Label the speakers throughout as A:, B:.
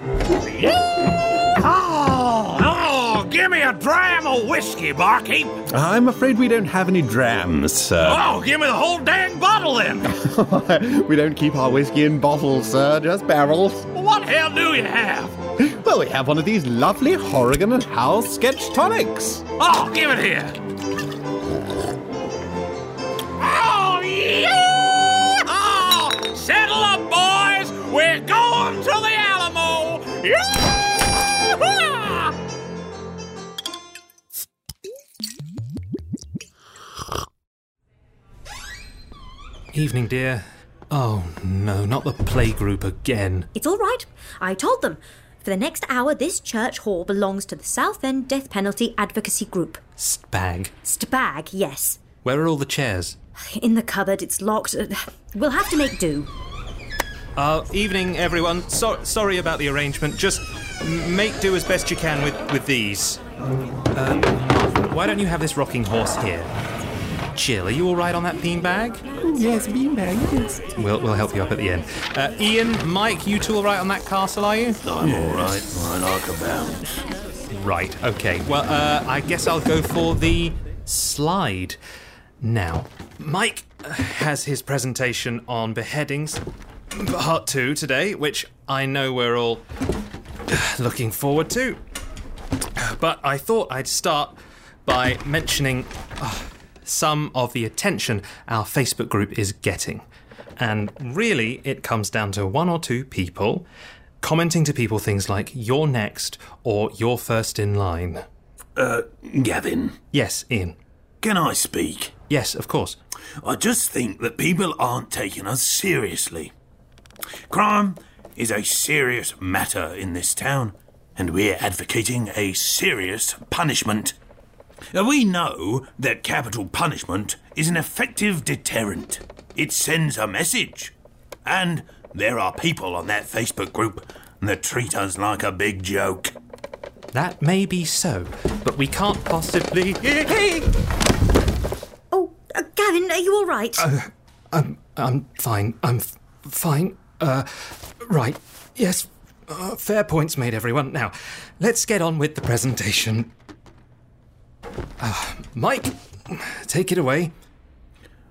A: Oh, dram of whiskey, barkeep?
B: I'm afraid we don't have any drams, sir.
A: Oh, give me the whole dang bottle then.
B: we don't keep our whiskey in bottles, sir, just barrels.
A: what hell do you have?
B: Well, we have one of these lovely Horrigan and Howell sketch tonics.
A: Oh, give it here. Oh, yeah! Oh, Settle up, boys. We're going to the Alamo. Yeah!
C: Evening, dear. Oh no, not the playgroup again.
D: It's all right. I told them. For the next hour, this church hall belongs to the South End Death Penalty Advocacy Group.
C: Spag.
D: Stbag, yes.
C: Where are all the chairs?
D: In the cupboard, it's locked. Uh, We'll have to make do.
C: Uh, evening, everyone. So- sorry about the arrangement. Just m- make do as best you can with, with these. Uh, why don't you have this rocking horse here? Jill, are you all right on that beanbag?
B: Yes, beanbag, yes.
C: We'll, we'll help you up at the end. Uh, Ian, Mike, you two all right on that castle, are you?
E: I'm all right. I like a bounce.
C: Right, okay. Well, uh, I guess I'll go for the slide. Now, Mike has his presentation on beheadings, part two today, which I know we're all looking forward to. But I thought I'd start by mentioning uh, some of the attention our Facebook group is getting. And really, it comes down to one or two people commenting to people things like, you're next or you're first in line.
E: Gavin,
C: Yes, Ian.
E: can I speak?
C: Yes, of course.
E: I just think that people aren't taking us seriously. Crime is a serious matter in this town, and we're advocating a serious punishment. Now, We know that capital punishment is an effective deterrent. It sends a message. And there are people on that Facebook group that treat us like a big joke.
C: That may be so, but we can't possibly.
D: Oh, uh, Gavin, are you all right?
C: I'm fine. I'm f- fine. Uh, right. Yes. Uh, fair points made, everyone. Now, let's get on with the presentation. Uh, Mike, take it away.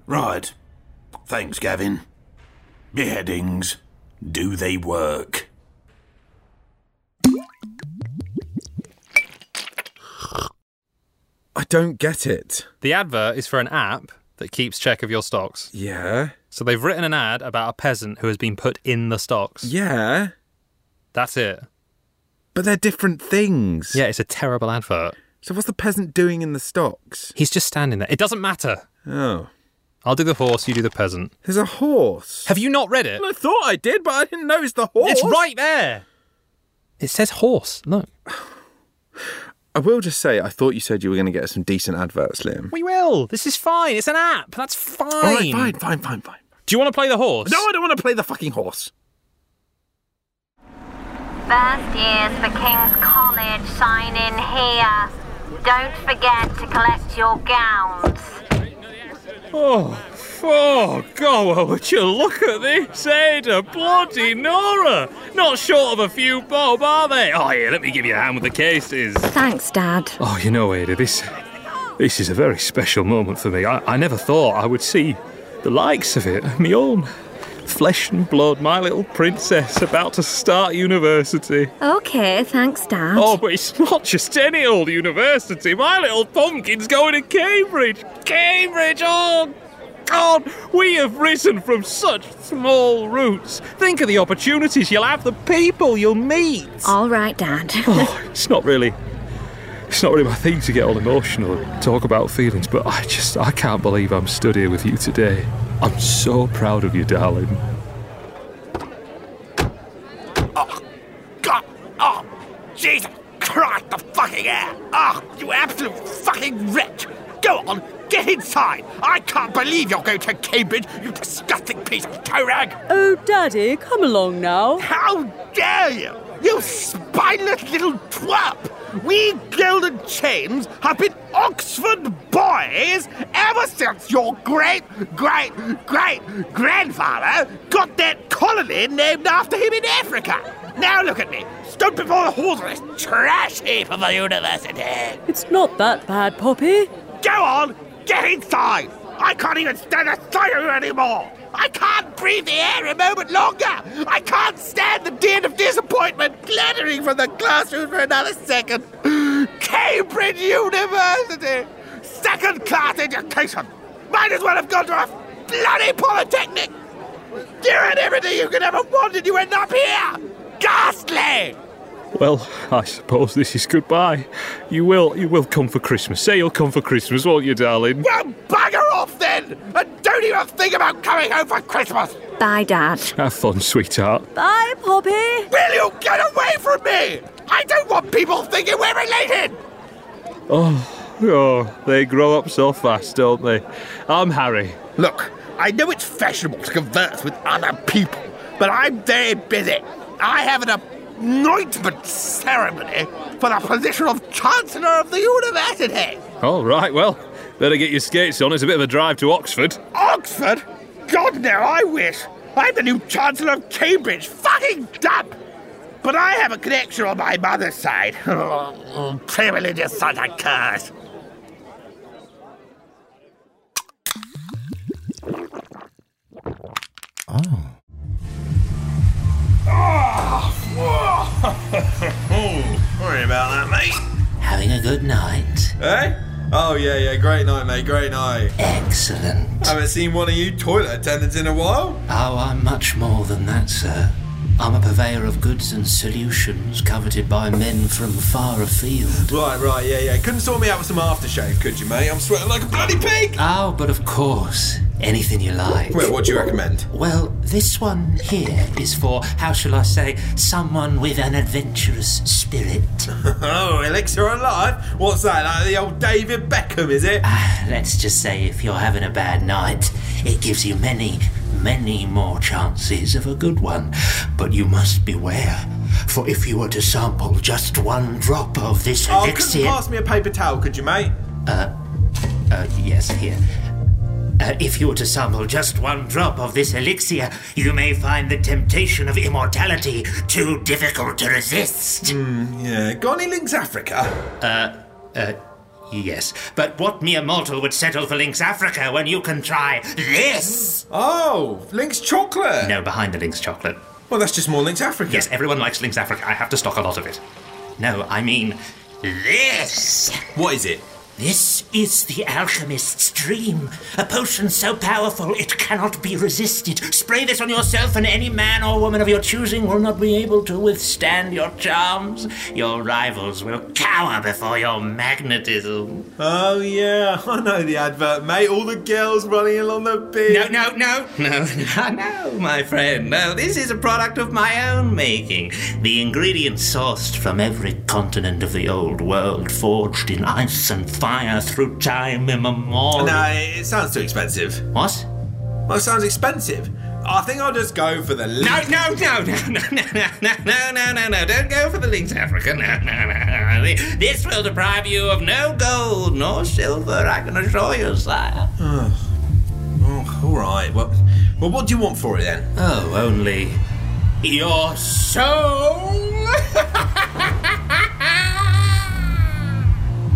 E: Right. Thanks, Gavin. Beheadings. Do they work?
F: I don't get it.
G: The advert is for an app that keeps check of your stocks.
F: Yeah.
G: So they've written an ad about a peasant who has been put in the stocks.
F: Yeah.
G: That's it.
F: But they're different things.
G: Yeah, it's a terrible advert.
F: So what's the peasant doing in the stocks?
G: He's just standing there. It doesn't matter.
F: Oh.
G: I'll do the horse, you do the peasant.
F: There's a horse.
G: Have you not read it?
F: I thought I did, but I didn't know it's the horse.
G: It's right there. It says horse. No.
F: I will just say, I thought you said you were going to get us some decent adverts, Liam.
G: We will. This is fine. It's an app. That's fine.
F: All right, fine, fine, fine, fine.
G: Do you want to play the horse?
F: No, I don't want to play the fucking horse.
H: First years for King's College, sign in here. Don't forget to collect your gowns.
G: Oh, God, well, would you look at this, Ada? Bloody Nora! Not short of a few bob, are they? Oh, yeah, let me give you a hand with the cases.
D: Thanks, Dad.
G: Oh, you know, Ada, this, this is a very special moment for me. I, I never thought I would see the likes of it. Me own flesh and blood, my little princess about to start university.
D: Okay, thanks, Dad.
G: Oh, but it's not just any old university. My little pumpkin's going to Cambridge. Cambridge! Oh, God! We have risen from such small roots. Think of the opportunities you'll have, the people you'll meet.
D: All right, Dad.
G: Oh, it's not really. It's not really my thing to get all emotional and talk about feelings, but I just I can't believe I'm stood here with you today. I'm so proud of you, darling.
A: God, oh, Jesus Christ, the fucking air! Oh, you absolute fucking wretch! Go on, get inside! I can't believe you're going to Cambridge, you disgusting piece of torag!
I: Oh, Daddy, come along now.
A: How dare you! You spineless little twerp! We Golden Chains have been Oxford boys ever since your great, great, great grandfather got that colony named after him in Africa! Now look at me, stood before the halls of this trash heap of a university.
I: It's not that bad, Poppy.
A: Go on, get inside. I can't even stand the sight of you anymore. I can't breathe the air a moment longer. I can't stand the din of disappointment clattering from the classroom for another second. Cambridge University, second class education. Might as well have gone to a bloody polytechnic. You had everything you could ever want, and you end up here. Ghastly!
G: Well, I suppose this is goodbye. You will, you will come for Christmas. Say you'll come for Christmas, won't you, darling?
A: Well, bugger off then, and don't even think about coming home for Christmas.
D: Bye, Dad.
G: Have fun, sweetheart.
I: Bye, Poppy.
A: Will you get away from me? I don't want people thinking we're related.
G: Oh, they grow up so fast, don't they? I'm Harry.
A: Look, I know it's fashionable to converse with other people, but I'm very busy. I have an anointment ceremony for the position of Chancellor of the University.
G: All right, well, better get your skates on. It's a bit of a drive to Oxford.
A: Oxford? God, no, I wish. I'm the new Chancellor of Cambridge. Fucking dump! But I have a connection on my mother's side. Privileges such a curse.
F: Worry about that, mate.
J: Having a good night.
F: Eh? Oh yeah, yeah. Great night, mate. Great night.
J: Excellent.
F: Haven't seen one of you toilet attendants in a while.
J: Oh, I'm much more than that, sir. I'm a purveyor of goods and solutions coveted by men from far afield.
F: Right, right. Yeah, yeah. Couldn't sort me out with some aftershave, could you, mate? I'm sweating like a bloody pig.
J: Oh, but of course, anything you like.
F: Well, what do you recommend?
J: Well, this one here is for, how shall I say, someone with an adventurous spirit.
F: Oh, elixir alive. What's that? Like the old David Beckham, is it?
J: Let's just say if you're having a bad night, it gives you many, many more chances of a good one. But you must beware, for if you were to sample just one drop of this
F: Oh, couldn't
J: elixir.
F: pass me a paper towel, could you, mate?
J: Uh, yes, here. Uh, if you were to sample just one drop of this elixir, you may find the temptation of immortality too difficult to resist.
F: Yeah. Got any links Africa?
J: Yes, but what mere mortal would settle for Lynx Africa when you can try this?
F: Oh, links chocolate.
J: No, behind the Lynx chocolate.
F: Well, that's just more links Africa.
J: Yes, everyone likes Lynx Africa. I have to stock a lot of it. No, I mean this.
F: What is it?
J: This is the alchemist's dream. A potion so powerful it cannot be resisted. Spray this on yourself, and any man or woman of your choosing will not be able to withstand your charms. Your rivals will cower before your magnetism.
F: Oh yeah, I know the advert, mate. All the girls running along the beach.
J: No, no, no, no, no, no, my friend. No, this is a product of my own making. The ingredients sourced from every continent of the old world, forged in ice and fire through time immemorial.
F: Nah, it it sounds too expensive.
J: What?
F: Well, it sounds expensive. I think I'll just go for the.
J: No, no, no, no, no, no, no, no, no, no, no. Don't go for the links, Africa. No, no, no, no. This will deprive you of no gold nor silver, I can assure you, sire.
F: Oh, all right. Well, well, what do you want for it then?
J: Oh, only your soul?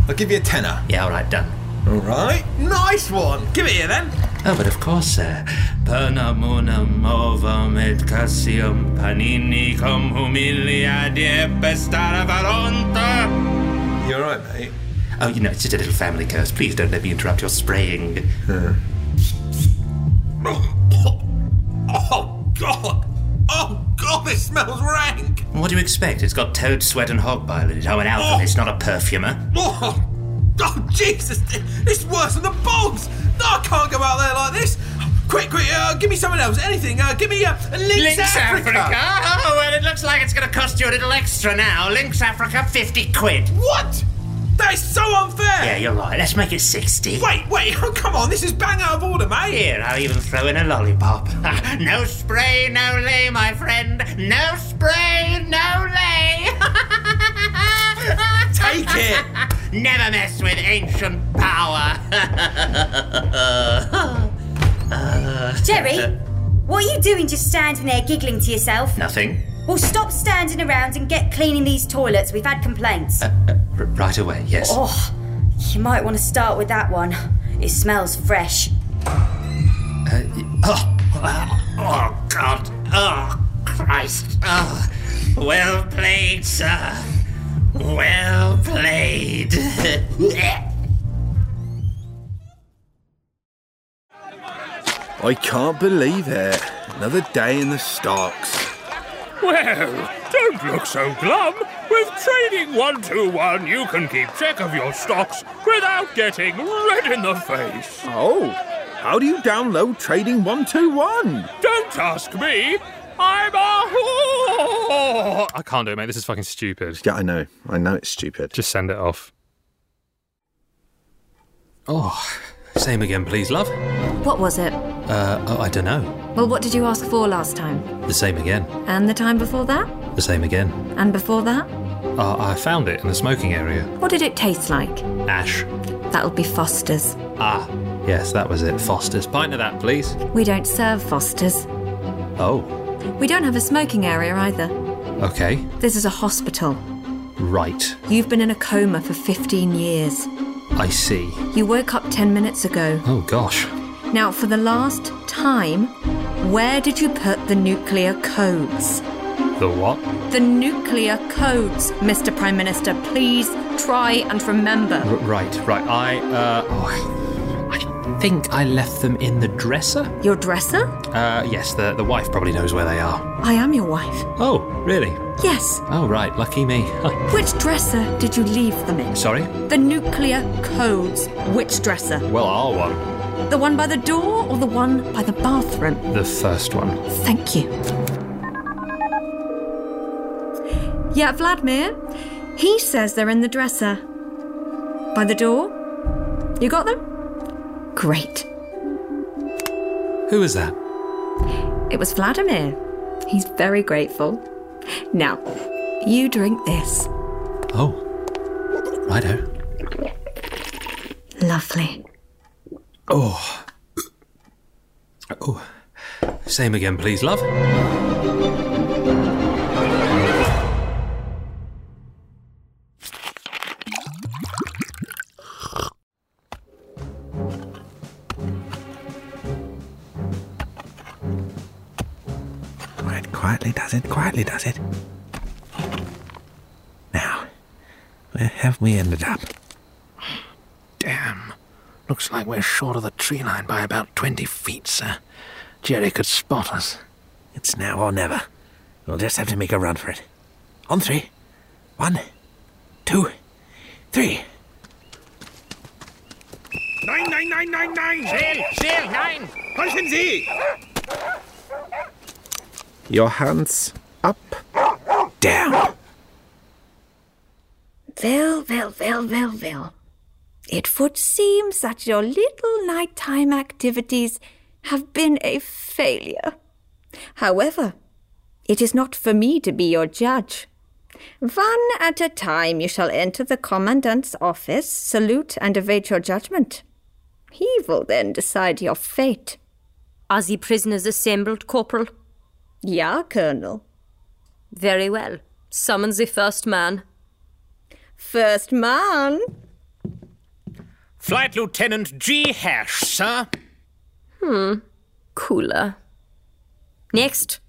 F: I'll give you a tenner.
J: Yeah, all right, done.
F: All right. Nice one. Give it here then.
J: Oh, but of course, sir. Pernam unam ovum et cassium panini cum humilia diepestara varonta.
F: You all right, mate?
J: Oh, you know, it's just a little family curse. Please don't let me interrupt your spraying.
F: Oh God! Oh God! This smells rank.
J: What do you expect? It's got toad sweat and hog bile in it. I'm an alchemist, not a perfumer.
F: Oh, oh Jesus! It's worse than the bombs. No, I can't go out there like this. Quick, quick! Uh, give me something else. Anything. Uh, give me uh, links,
J: Oh, well, it looks like it's going to cost you a little extra now. Links Africa, 50 quid.
F: What? That is so unfair.
J: Yeah, you're right. Let's make it 60.
F: Wait, wait, oh, come on, this is bang out of order, mate.
J: Here, I'll even throw in a lollipop. no spray, no lay, my friend. No spray, no lay.
F: Take it.
J: Never mess with ancient power.
D: Jerry, what are you doing just standing there giggling to yourself?
J: Nothing.
K: Well, stop standing around and get cleaning these toilets. We've had complaints.
G: R- right away, yes.
K: Oh, you might want to start with that one. It smells fresh.
J: Uh, oh, oh, God. Oh, Christ. Oh, well played, sir. Well played.
L: I can't believe it. Another day in the stocks.
M: Well, don't look so glum. With Trading 121, you can keep check of your stocks without getting red in the face.
L: Oh, how do you download Trading 121?
M: Don't ask me. I'm a whore.
G: I can't do it, mate. This is fucking stupid.
L: Yeah, I know. I know it's stupid.
G: Just send it off. Oh, same again, please, love.
N: What was it?
G: Uh, oh, I don't know.
N: Well, what did you ask for last time?
G: The same again.
N: And the time before that?
G: The same again.
N: And before that?
G: Uh, I found it in the smoking area.
N: What did it taste like?
G: Ash.
N: That'll be Foster's.
G: Ah, yes, that was it. Foster's. Pint of that, please.
N: We don't serve Foster's.
G: Oh,
N: We don't have a smoking area either.
G: okay.
N: This is a hospital.
G: Right.
N: You've been in a coma for 15 years.
G: I see.
N: You woke up 10 minutes ago.
G: Oh, gosh.
N: Now, for the last time, where did you put the nuclear codes?
G: The what?
N: The nuclear codes, Mr. Prime Minister. Please try and remember.
G: R- right, right. I, uh, oh, I think I left them in the dresser.
N: Your dresser?
G: Uh, yes, the, the wife probably knows where they are.
N: I am your wife.
G: Oh, really?
N: Yes.
G: Oh, right. Lucky me.
N: Which dresser did you leave them in?
G: Sorry?
N: The nuclear codes. Which dresser?
G: Well, our one.
N: The one by the door or the one by the bathroom?
G: The first one.
N: Thank you. Yeah, Vladimir. He says they're in the dresser. By the door. You got them? Great.
G: Who is that?
N: It was Vladimir. He's very grateful. Now, you drink this.
G: Oh. Righto.
N: Lovely.
G: Oh. Oh. Same again, please, love.
A: Right, quietly does it, quietly does it. Now, where have we ended up?
O: Damn. Looks like we're short of the tree line by about 20 feet, sir. Jerry could spot us.
A: It's now or never. We'll just have to make a run for it. On three. One, two, three.
P: Nein, nein, nein, nein, nein!
Q: Schnell,
P: schnell, nein! Halten Sie!
R: Your hands up.
A: Down.
S: Well, well, well, well, well. It would seem that your little nighttime activities have been a failure. However, it is not for me to be your judge. One at a time you shall enter the commandant's office, salute, and await your judgment. He will then decide your fate.
D: Are the prisoners assembled, Corporal?
S: Yeah, Colonel.
D: Very well. Summon the first man.
S: First man?
T: Flight Lieutenant G. Hash, sir.
D: Hmm. Cooler. Next.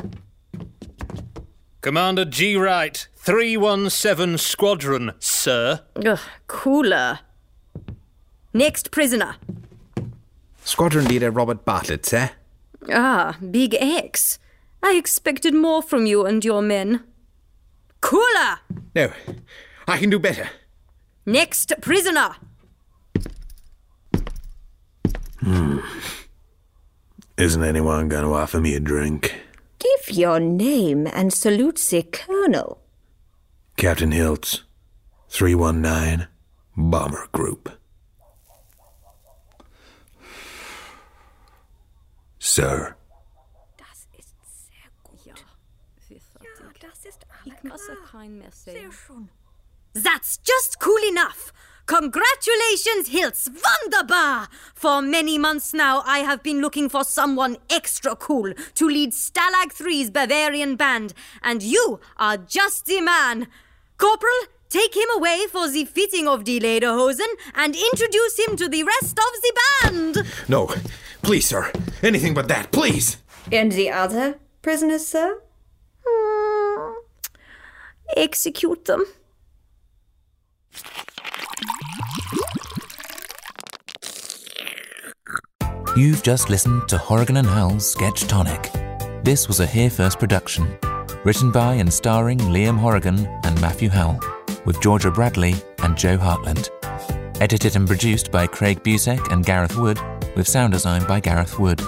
T: Commander G. Wright, 317 Squadron, sir.
D: Ugh, cooler. Next prisoner.
R: Squadron leader Robert Bartlett, sir.
D: Ah, Big X. I expected more from you and your men. Cooler!
R: No, I can do better.
D: Next prisoner.
U: Isn't anyone going to offer me a drink?
S: Give your name and salute the Colonel.
U: Captain Hiltz, 319 Bomber Group. Sir,
N: That's just cool enough. Congratulations, Hiltz Wunderbar! For many months now, I have been looking for someone extra cool to lead Stalag 3's Bavarian band, and you are just the man. Corporal, take him away for the fitting of the Lederhosen and introduce him to the rest of the band!
L: No, please, sir. Anything but that, please.
V: And the other prisoners, sir? Hmm. Execute them.
J: You've just listened to Horrigan and Howell's Sketch Tonic. This was a Here First production, written by and starring Liam Horrigan and Matthew Howell, with Georgia Bradley and Joe Hartland. Edited and produced by Craig Busek and Gareth Wood, with sound design by Gareth Wood.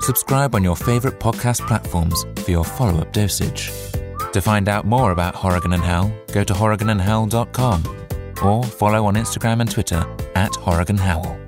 J: Subscribe on your favourite podcast platforms for your follow up dosage. To find out more about Horrigan and Howell, go to horriganandhowell.com or follow on Instagram and Twitter at Horrigan Howell.